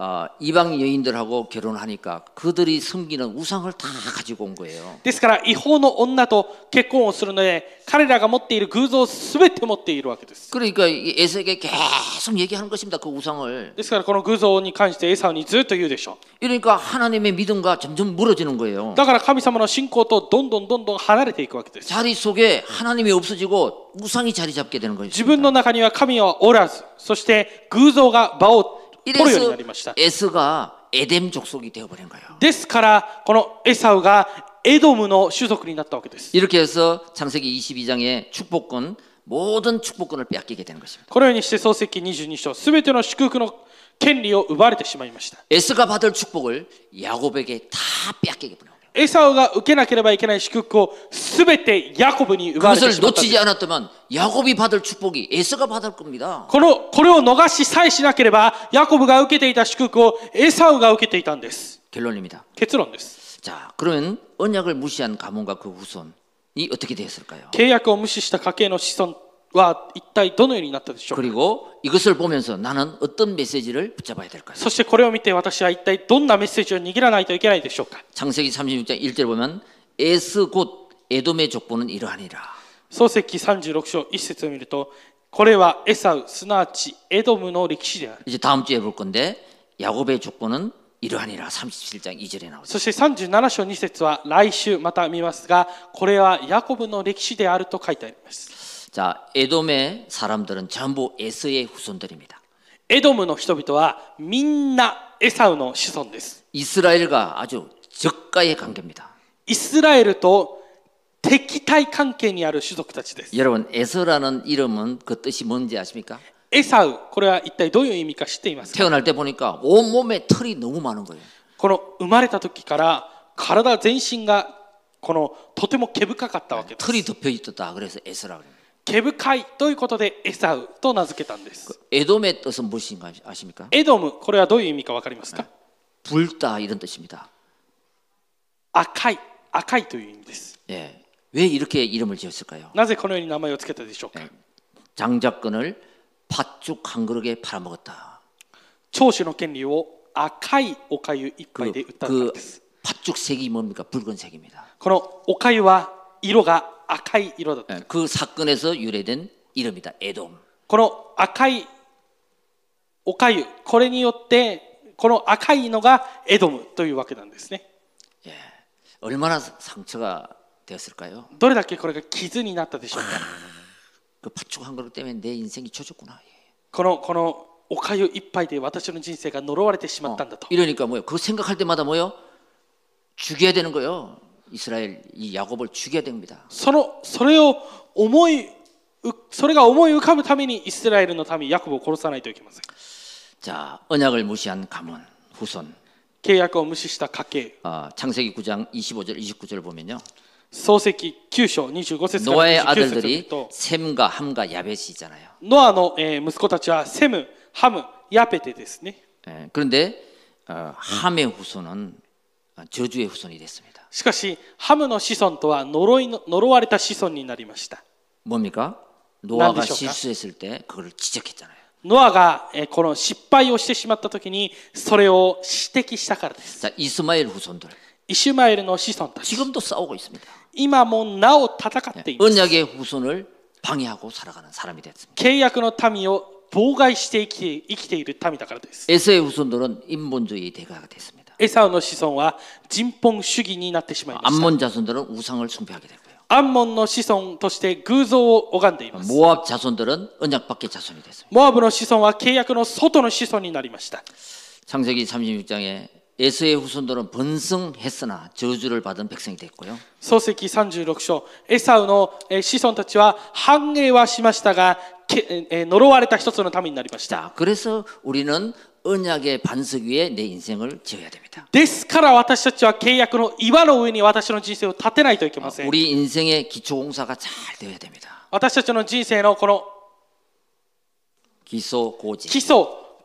S1: 어, 이방 여인들하고 결혼하니까 그들이 섬기는 우상을 다 가지고 온 거예요.
S2: ですから違法の女と結婚をするので彼らが持っている偶像を全て持っているわけです
S1: 그러니까 이 에서에게 계속 얘기하는 것입니다. 그 우상을.
S2: ですからこの偶像に関してエサウにずっと言うでしょ
S1: 이러니까 하나님의 믿음과 점점 멀어지는 거예요.
S2: うだから神様の信仰とどんどんどんどん離れていくわけです
S1: 자리 속에 하나님이 없어지고 우상이 자리 잡게 되는
S2: 自
S1: 거예요.
S2: 分の中には神はおらずそして偶像が場を取るように
S1: 이래서
S2: なりました
S1: 에서가 에덴 족속이 되어버린 거예요.
S2: ですからこのエサウがエドムの種族になったわけです
S1: 이렇게 해서 창세기 22장에 축복권 모든 축복권을 빼앗기게 되는 것입니다.
S2: このようにして創世記22章全ての祝福の権利を奪われてしまいました
S1: 에스가 받을 축복을 야곱에게 다 빼앗기게 보내요.
S2: エサウが受けなければいけない祝福を全てヤコブに奪われて
S1: 그것을
S2: しまったんです
S1: 놓치지 않았다면 야곱이 받을 축복이 에스가 받을 겁니다.
S2: この、これを逃しさえしなければ、ヤコブが受けていた祝福をエサウが受けていたんです。
S1: 결론입니다.
S2: 結論です。
S1: 자, 그러면 언약을 무시한 가문과 그 후손이 어떻게 되었을까요?
S2: 契約を無視した家系の子孫は一体どのようになったでしょうか
S1: 그리고 이것을 보면서 나는 어떤 메시지를 붙잡아야 될까요?
S2: そしてこれを見て私は一体どんなメッセージを握らないといけないでしょうか
S1: 창세기 36장 1절 보면 에스 곧 에돔의 족보는 이러하니라.
S2: 創世記36章1節を見ると、これはエサウ、すなわちエドムの歴史である。
S1: 이제 다음 주에 볼 건데 야곱의 족보는 이러하니라. 37장 2절에 나오죠.
S2: そして37章2節は来週また見ますが、これはヤコブの歴史であると書いてあります。
S1: 자, 에돔의 사람들은 전부 에스의 후손들입니다.
S2: エドムの人々はみんなエサウの子孫です
S1: 이스라엘과 아주 적가의 관계입니다.
S2: イスラエルと敵対関係にある種族たちです
S1: 여러분 에서라는 이름은 그 뜻이 뭔지 아십니까?
S2: エサウこれは一体どういう意味か知っていますか
S1: 태어날 때 보니까 온 몸에 털이 너무 많은 거예요.
S2: この生まれた時から体全身がこのとても毛深かったわけです
S1: 털이 덮여 있었다. 그래서 에서라고 합니다.
S2: 毛深いということでエサウと名付けたんです
S1: 에돔의 뜻은 무엇인가 아십니까?
S2: エドムこれはどういう意味か分かりますか
S1: 불다 이런 뜻입니다.
S2: 赤い赤いという意味です
S1: 예. 왜 이렇게 이름을 지었을까요?
S2: なぜこのように名前を付けたでしょうか
S1: 장작근을 팥죽 한 그릇에 팔아먹었다.
S2: 長州の権利を赤いおかゆ一杯で売っ
S1: 그
S2: たんです
S1: 그 팥죽 색이 뭡니까? 붉은색입니다.
S2: このおかゆは色が赤い色だった、
S1: 예. 그 사건에서 유래된 이름이다. 에돔.
S2: この赤いおかゆこれによってこの赤いのがエドムというわけなんですね
S1: 얼마나 상처가 되었을까요?
S2: どれだけこれが傷になったでしょうか
S1: 그 팥죽 한 그릇 때문에 내 인생이 쳐졌구나. 예.
S2: このこのおかゆ一杯で私の人生が呪われてしまったんだと
S1: 이러니까 뭐요? 그거 생각할 때마다 뭐요? 죽여야 되는 거요. 이스라엘 이 야곱을 죽여야 됩니다.
S2: そのそれを思いうそれが思い浮かぶためにイスラエルの民ヤコブを殺さないといけません
S1: 자, 언약을 무시한 가문 후손.
S2: 契約を無視した家計
S1: 아, 창세기 9장 25절 29절 보면요.
S2: 創世記9章25節から
S1: 노아의
S2: 29節を見る
S1: 아들들이
S2: と
S1: 셈과 함과 야벳이잖아요.
S2: ノアのえー息子たちはセム、ハム、ヤペテですね
S1: 예, 그런데 어, 함의 후손은 저주의 후손이 됐습니다.
S2: しかしハムの子孫とは呪いの呪われた子孫になりました
S1: 뭡니까? 노아가
S2: 난디쇼가?
S1: 실수했을 때 그걸 지적했잖아요.
S2: ノアがえーこの失敗をしてしまった時にそれを指摘したからです
S1: 자, 이스마엘 후손들
S2: イシュマエルの子孫たち
S1: 지금도 싸우고 있습니다.
S2: 今もなお戦っています
S1: 언약의 후손을 방해하고 살아가는 사람이 됐습니다.
S2: 契約の民を妨害して生きて生きている民だからです
S1: 에서의 후손들은 인본주의의 대가가 됐습니다.
S2: エサウの子孫は人本主義になってしまいました
S1: 암몬 자손들은 우상을 숭배하게 되고요.
S2: アンモンの子孫として偶像を拝んでいます
S1: 모압 자손들은 언약 밖의 자손이 됐습니다.
S2: モアブの子孫は契約の外の子孫になりました
S1: 창세기 36장에 에서의 후손들은 번성했으나 저주를 받은 백성이 됐고요.
S2: 創世記36章エサウのえー子孫たちは繁栄はしましたがけえー呪われた一つの民になりました
S1: 자, 아, 그래서 우리는 언약의 반석 위에 내 인생을 지어야 됩니다.
S2: ですから私たちは契約の岩の上に私の人生を立てないといけません
S1: 우리 인생의 기초공사가 잘 되어야 됩니다.
S2: 私たちの人生のこの
S1: 기소고지.
S2: 基礎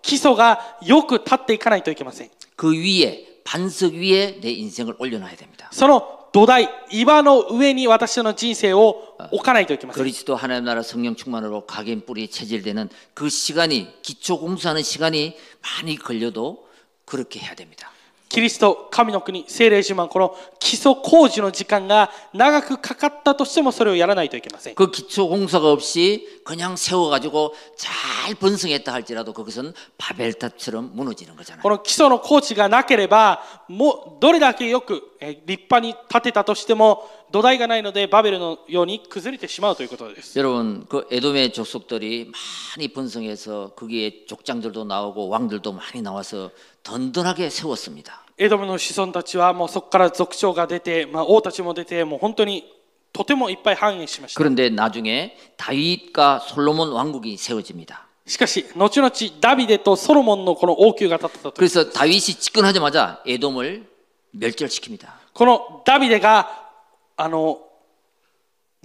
S2: 基礎がよく立っていかないといけません
S1: 그 위에 반석 위에 내 인생을 올려놔야 됩니다.
S2: その土台岩の上に私の人生を置かないといけません
S1: 그리스도 하나님 나라 성령 충만으로 각인 뿌리에 체질되는 그 시간이 기초 공사하는 시간이 많이 걸려도 그렇게 해야 됩니다.
S2: キリスト神の国聖霊自慢この基礎工事の時間が長くかかったとしてもそれをやらないといけません
S1: 그 기초 공사가 없이 그냥 세워 가지고 잘 번성했다 할지라도 그것은 바벨탑처럼 무너지는 거잖아요.
S2: この基礎の工事がなければもうどれだけよくえー立派に建てたとしても土台がないのでバベルのように崩れてしまうということです
S1: 여러분 그 에돔의 족속들이 많이 번성해서 거기에 족장들도 나오고 왕들도 많이 나와서 든든하게 세웠습니다.
S2: エドムの子孫たちはもうそこから族長が出て、まあ、王たちも出てもう本当にとてもいっぱい繁栄しました
S1: 그런데 나중에 다윗과 솔로몬 왕국이 세워집니다.
S2: しかし、後々ダビデとソロモンのこの王宮が建ったと。
S1: 그래서 다윗이 집권하자마자 에돔을 멸절시킵니다.
S2: このダビデが、あの、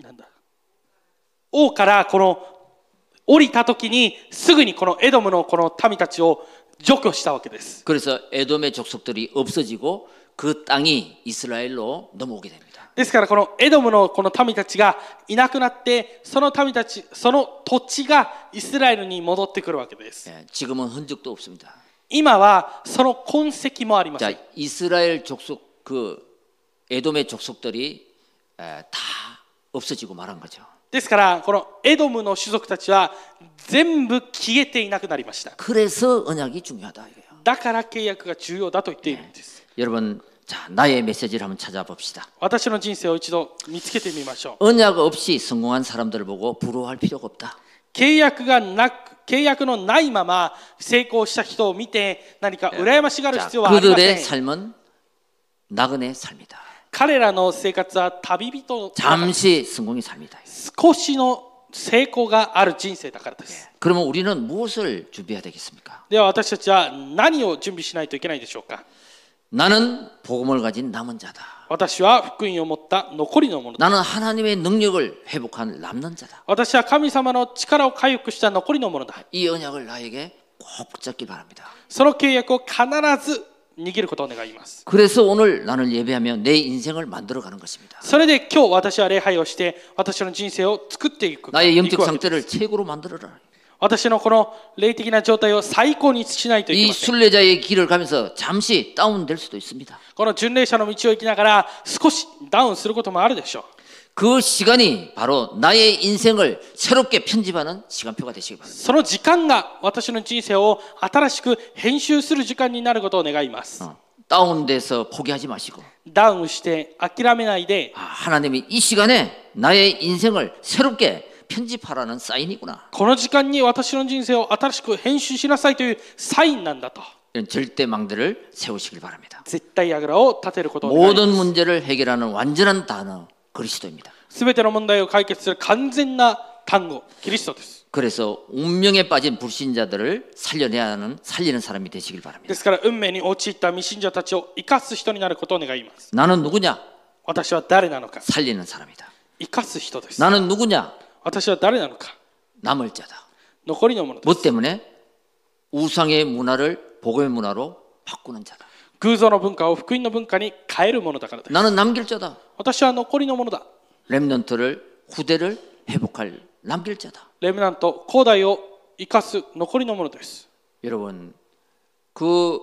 S2: なんだ、王からこの、降りた時に、すぐにこのエドムのこの民たちを除去したわけです。
S1: 그래서 에돔의 족속들이 없어지고 그 땅이 이스라엘로 넘어오게 됩니다.
S2: ですから、このエドムのこの民たちがいなくなって、その民たち、その土地がイスラエルに戻ってくるわけです。
S1: 예, 지금은 흔적도 없습니다.
S2: 今は、その痕跡もありません。
S1: 자 이스라엘 족속 그 에돔의 족속들이 에, 다 없어지고 말한 거죠.
S2: ですから、このエドムの種族たちは、全部消えていなくなりました。
S1: 그래서 언약이 중요하다 이거예요.
S2: だから契約が重要だと言っているんです。
S1: 여러분 자 나의 메시지를 한번 찾아봅시다.
S2: 私の人生を一度見つけてみましょう。
S1: 언약 없이 성공한 사람들을 보고 부러워할 필요가 없다.
S2: 契約がなく契約のないまま成功した人を見て何か羨ましがる必要はありませ
S1: 그들의
S2: ん
S1: 삶은 나그네 삶이다.
S2: 彼らの生活は旅人の
S1: 잠시 성공의 삶이다.
S2: 少しの成功がある人生だからです、
S1: 그러면 우리는 무엇을 준비해야 되겠습니까?
S2: では私たちは何を準備しないといけないでしょうか
S1: 나는 복음을 가진 남은 자다.
S2: 私は福音を持った残りのものだ
S1: 나는 하나님의 능력을 회복한 남는 자다.
S2: 私は神様の力を回復した残りのものだ
S1: 이 언약을 나에게 꼭 붙잡길 바랍니다.
S2: その契約を必ず握ることを願います
S1: 그래서 오늘 나를 예배하며 내 인생을 만들어 가는 것입니다.
S2: それで今日私は礼拝をして私の人生を作っていく
S1: 나의
S2: いく
S1: 영적
S2: わけです
S1: 상태를 최고로 만들어라.
S2: 私のこの霊的な状態を最高にしないといけ
S1: 이
S2: ません
S1: 순례자의 길을 가면서 잠시 다운될 수도 있습니다.
S2: この巡礼者の道を行きながら少しダウンすることもあるでしょう
S1: 그 시간이 바로 나의 인생을 새롭게 편집하는 시간표가 되시기 바랍니다.
S2: その時間が私の人生を新しく編集する時間になることを願います。
S1: 어, 다운돼서 포기하지 마시고
S2: ダウンして諦めないで、
S1: 아, 하나님이 이 시간에 나의 인생을 새롭게 편집하라는 사인이구나.
S2: この時間に私の人生を新しく編集しなさいというサインなんだと。
S1: 이런 절대망대를 세우시길 바랍니다.
S2: 絶対あぐらを立てることを願います
S1: 모든 문제를 해결하는 완전한 단어 그리스도입니다.
S2: すべての問題を解決する完全な単語、キリストです。
S1: 그래서 운명에 빠진 불신자들을 살려내야 하는 살리는 사람이 되시길 바랍니다.
S2: ですから運命に陥った未信者たちを生かす人になることを願います。
S1: 나는 누구냐?
S2: 私は誰なのか
S1: 살리는 사람이다.
S2: 生かす人です。
S1: 나는 누구냐?
S2: 私は誰なのか
S1: 남을 자다.
S2: 残りのものです。
S1: 뭐 때문에 우상의 문화를 복음의 문화로 바꾸는 자다.
S2: 偶像の文化を福音の文化に変えるものだからです。
S1: 나는 남길 자다.
S2: 私は残りのものだ。
S1: 렘넌트를 후대를 회복할 남길 자다.
S2: レムナント、後代を生かす残りのものです。
S1: 여러분 그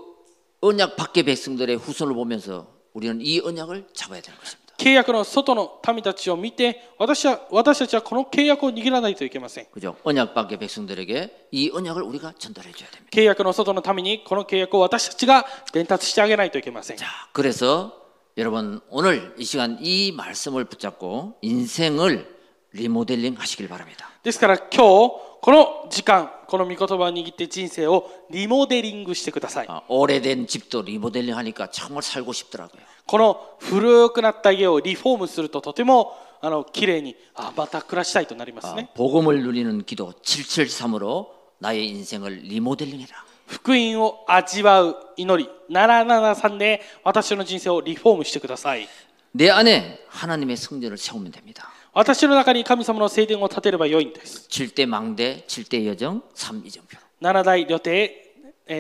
S1: 언약 밖의 백성들의 후손을 보면서 우리는 이 언약을 잡아야 되는 것입니다.
S2: 契約の外の民たちを見て、私は私たちはこの契約を握らないといけません。
S1: 그죠? 언약 밖의 백성들에게 이 언약을 우리가 전달해 줘야 됩니다.
S2: 契約の外の民にこの契約を私たちが伝達してあげないといけません。
S1: 자, 그래서 여러분 오늘 이 시간 이 말씀을 붙잡고 인생을 리모델링 하시길 바랍니다.
S2: ですから今日、この時間、この御言葉を握って人生をリモデリングしてください。
S1: 아, 오래된 집도 리모델링 하니까 정말 살고 싶더라고요.
S2: この古くなった家をリフォームするととてもあの綺麗にあまた暮らしたいとなりま
S1: 아,
S2: すね。
S1: 복음을 누리는 기도 773으로 나의 인생을 리모델링해라.
S2: 福音を味わう祈り773で私の人生をリフォームしてください
S1: 내 안에 하나님의 성전을 세우면 됩니다.
S2: 私の中に神様の聖殿を建てればよいんです
S1: 7대 망대, 7대 여정, 3이정표.
S2: 七大旅程え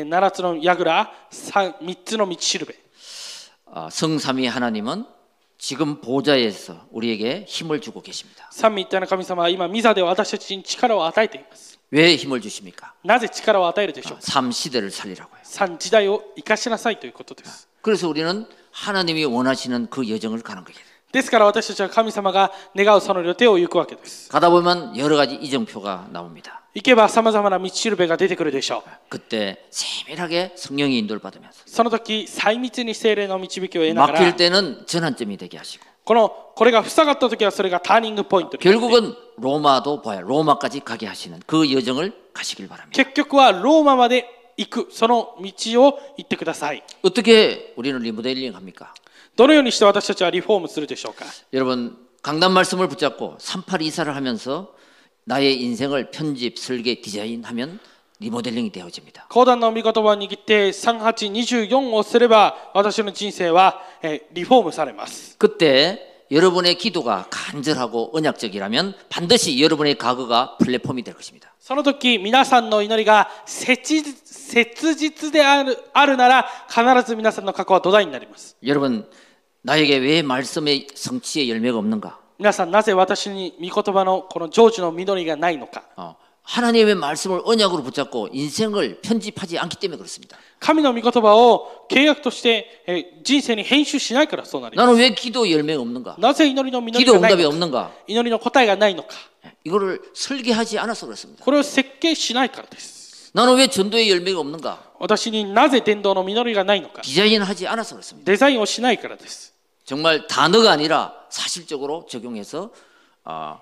S2: ー七つの櫓三三つの道しるべ
S1: 아, 성삼위 하나님은 지금 보좌에서 우리에게 힘을 주고 계십니다.
S2: 三位一体の神様は今ミザで私たちに力を与えています
S1: 왜 힘을 주십니까?
S2: なぜ力を与えるでしょう
S1: 아, 삼 시대를 살리라고요.
S2: 三時代を生かしなさいということです
S1: 그래서 우리는 하나님이 원하시는 그 여정을 가는 거예요.
S2: ですから私たちは神様が願うその旅程を行くわけです
S1: 가다 보면 여러 가지 이정표가 나옵니다.
S2: 行けば様々な道しるべが出てくるでしょう
S1: 그때 세밀하게 성령의 인도를 받으면서
S2: その時細密に精霊の導きを得ながら
S1: 막힐 때는 전환점이 되게 하시고
S2: このこれが塞がった時はそれがターニングポイントになって
S1: 결국은 로마도 봐야 로마까지 가게 하시는 그 여정을 가시길 바랍니다.
S2: 結局はローマまで行くその道を行ってください
S1: 어떻게 우리는 리모델링 합니까?
S2: どのようにして私たちはリフォームするでしょうか
S1: 여러분 강단 말씀을 붙잡고 382사를 하면서 나의 인생을 편집, 설계, 디자인하면 리모델링이 되어집니다.
S2: 講談の御言葉を握って3824をすれば私の人生は、えーリフォームされます
S1: 그때 여러분의 기도가 간절하고 언약적이라면 반드시 여러분의 과거가 플랫폼이 될 것입니다.
S2: その時皆さんの祈りが切実切実であるあるなら必ず皆さんの過去は土台になります
S1: 여러분 나에게 왜 말씀의 성취의 열매가 없는가?
S2: 皆さんなぜ私に御言葉のこの成就の実りがないのか
S1: 어, 하나님의 말씀을 언약으로 붙잡고 인생을 편집하지 않기 때문에 그렇습니다.
S2: 神の御言葉を契約としてえー人生に編集しないからそうなります
S1: 나는 왜 기도 열매가 없는가?
S2: なぜ祈りの実り
S1: 기도
S2: がない
S1: 응답이
S2: のか
S1: 없는가?
S2: 祈りの答えがないのか
S1: 이거를 설계하지 않아서 그렇습니다.
S2: これを設計しないからです
S1: 나는 왜 전도의 열매가 없는가?
S2: 私になぜ伝道の実りがないのか
S1: 디자인하지 않아서 그렇습니다.
S2: デザインをしないからです
S1: 정말 단어가 아니라 사실적으로 어, 적용해서 아,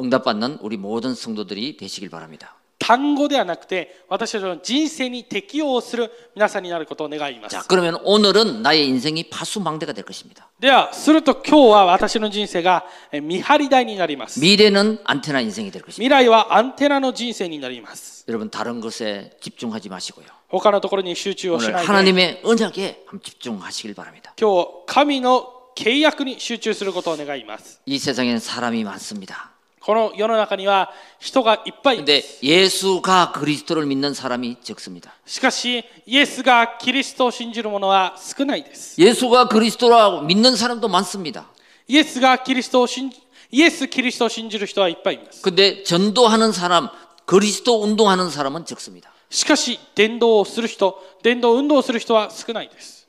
S1: 응답받는 우리 모든 성도들이 되시길 바랍니다.
S2: 単語ではなくて私たちの人生に適応する皆さんになることを願います
S1: 자, 그러면 오늘은 나의 인생이 파수망대가 될 것입니다.
S2: ではすると今日は私の人生がえー見張り台になります
S1: 미래는 안테나 인생이 될 것입니다.
S2: 未来はアンテナの人生になります
S1: 여러분 다른 것에 집중하지 마시고요.
S2: 他のところに集中をし
S1: 오늘
S2: ないで今
S1: 하나님의 언약에 한번 집중하시길 바랍니다.
S2: 日神の契約に集中することを願います
S1: 이 세상에는 사람이 많습니다.
S2: この世の中には人がいっぱいいま
S1: 근데
S2: す
S1: 예수가 그리스도를 믿는 사람이 적습니다.
S2: しかしイエスがキリストを信じる者は少ないです
S1: 예수가 그리스도라고 믿는 사람도 많습니다.
S2: イエスがキリストを信じイエス・キリストを信じる人はいっぱいいます
S1: 근데 전도하는 사람, 그리스도 운동하는 사람은 적습니다.
S2: しかし伝道をする人伝道運動をする人は少ないです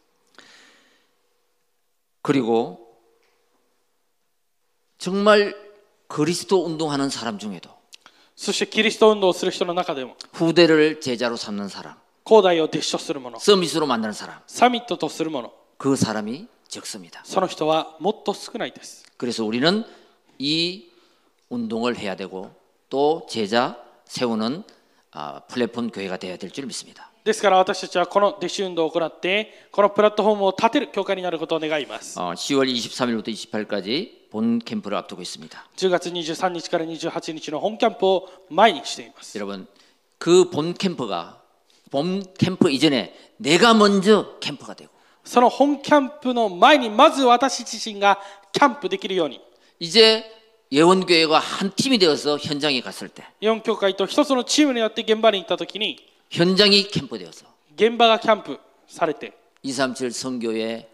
S1: 그리고 정말 그리스도 운동하는 사람 중에도
S2: そしてキリスト運動をする人の中でも
S1: 후대를 제자로 삼는 사람,
S2: 広大を弟子とする者
S1: 서밋으로 만드는 사람,
S2: サミットとする者
S1: 그 사람이 적습니다.
S2: その人はもっと少ないです
S1: 그래서 우리는 이 운동을 해야 되고 또 제자 세우는 아, 플랫폼 교회가 되어야 될 줄 믿습니다.
S2: ですから私たちはこの弟子運動を行ってこのプラットフォームを立てる教会になることを願います
S1: 어, 10월 23일부터 28일까지 본 캠프를 앞두고 있습니다.
S2: 10月23日から28日の本キャンプを前にしています
S1: 여러분 그 본 캠프가 본 캠프 이전에 내가 먼저 캠프가 되고
S2: その本キャンプの前にまず私自身がキャンプできるように
S1: 이제 예원교회가 한 팀이 되어서 현장에 갔을 때
S2: 日本教会と一つのチームによって現場に行った時に
S1: 현장이 캠프 되어서
S2: 現場がキャンプされて
S1: 237 선교의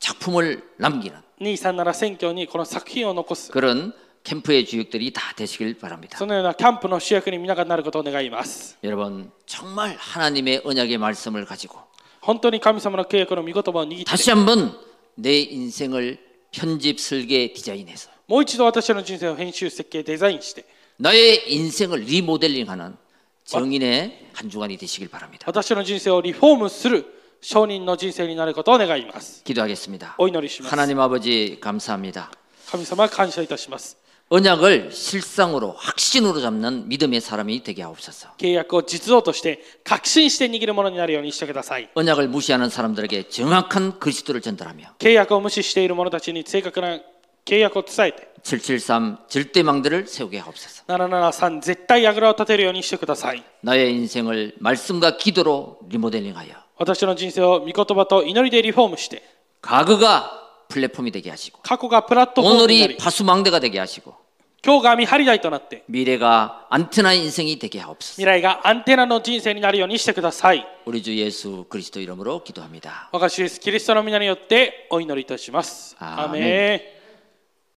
S1: 작품을 남기는
S2: 237選挙にこの作品を残す
S1: 그런 캠프의 주역들이 다 되시길 바랍니다.
S2: そのようなキャンプの主役に皆がなることを願います
S1: 여러분 정말 하나님의 언약의 말씀을 가지고
S2: 本当に神様の契約の御言葉を握って
S1: 다시 한번 내 인생을 편집 설계 디자인해서
S2: もう一度私の人生を編集設計デザインして
S1: 나의 인생을 리모델링하는 정인의 한 주간이 되시길 바랍니다.
S2: 私の人生をリフォームする商人の人生になることを願います
S1: 기도하겠습니다.
S2: お祈りします
S1: 하나님 아버지 감사합니다.
S2: 神様感謝いたします
S1: 언약을 실상으로 확신으로 잡는 믿음의 사람이 되게 하옵소서.
S2: 契約を実像として確信して握るものになるようにしてください
S1: 언약을 무시하는 사람들에게 정확한 그리스도를 전달하며
S2: 契約を無視している者たちに正確な契約を伝えて
S1: 773 절대망대를 세우게 하옵소서.
S2: 773絶対櫓を立てるようにしてください
S1: 나의 인생을 말씀과 기도로 리모델링하여
S2: 私の人生を御言葉と祈りでリフォームして
S1: 과거가 플랫폼이 되게 하시고
S2: 過去がプラットフォームにな
S1: 오늘이
S2: り
S1: 파수망대가 되게 하시고
S2: 今日が見張り台となって
S1: 미래가 안테나 인생이 되게 하옵소서.
S2: 未来がアンテナの人生になるようにしてください
S1: 우리 주 예수 그리스도 이름으로 기도합니다.
S2: 我が主イエスキリストの皆によってお祈りいたします
S1: アーメン
S2: アーメン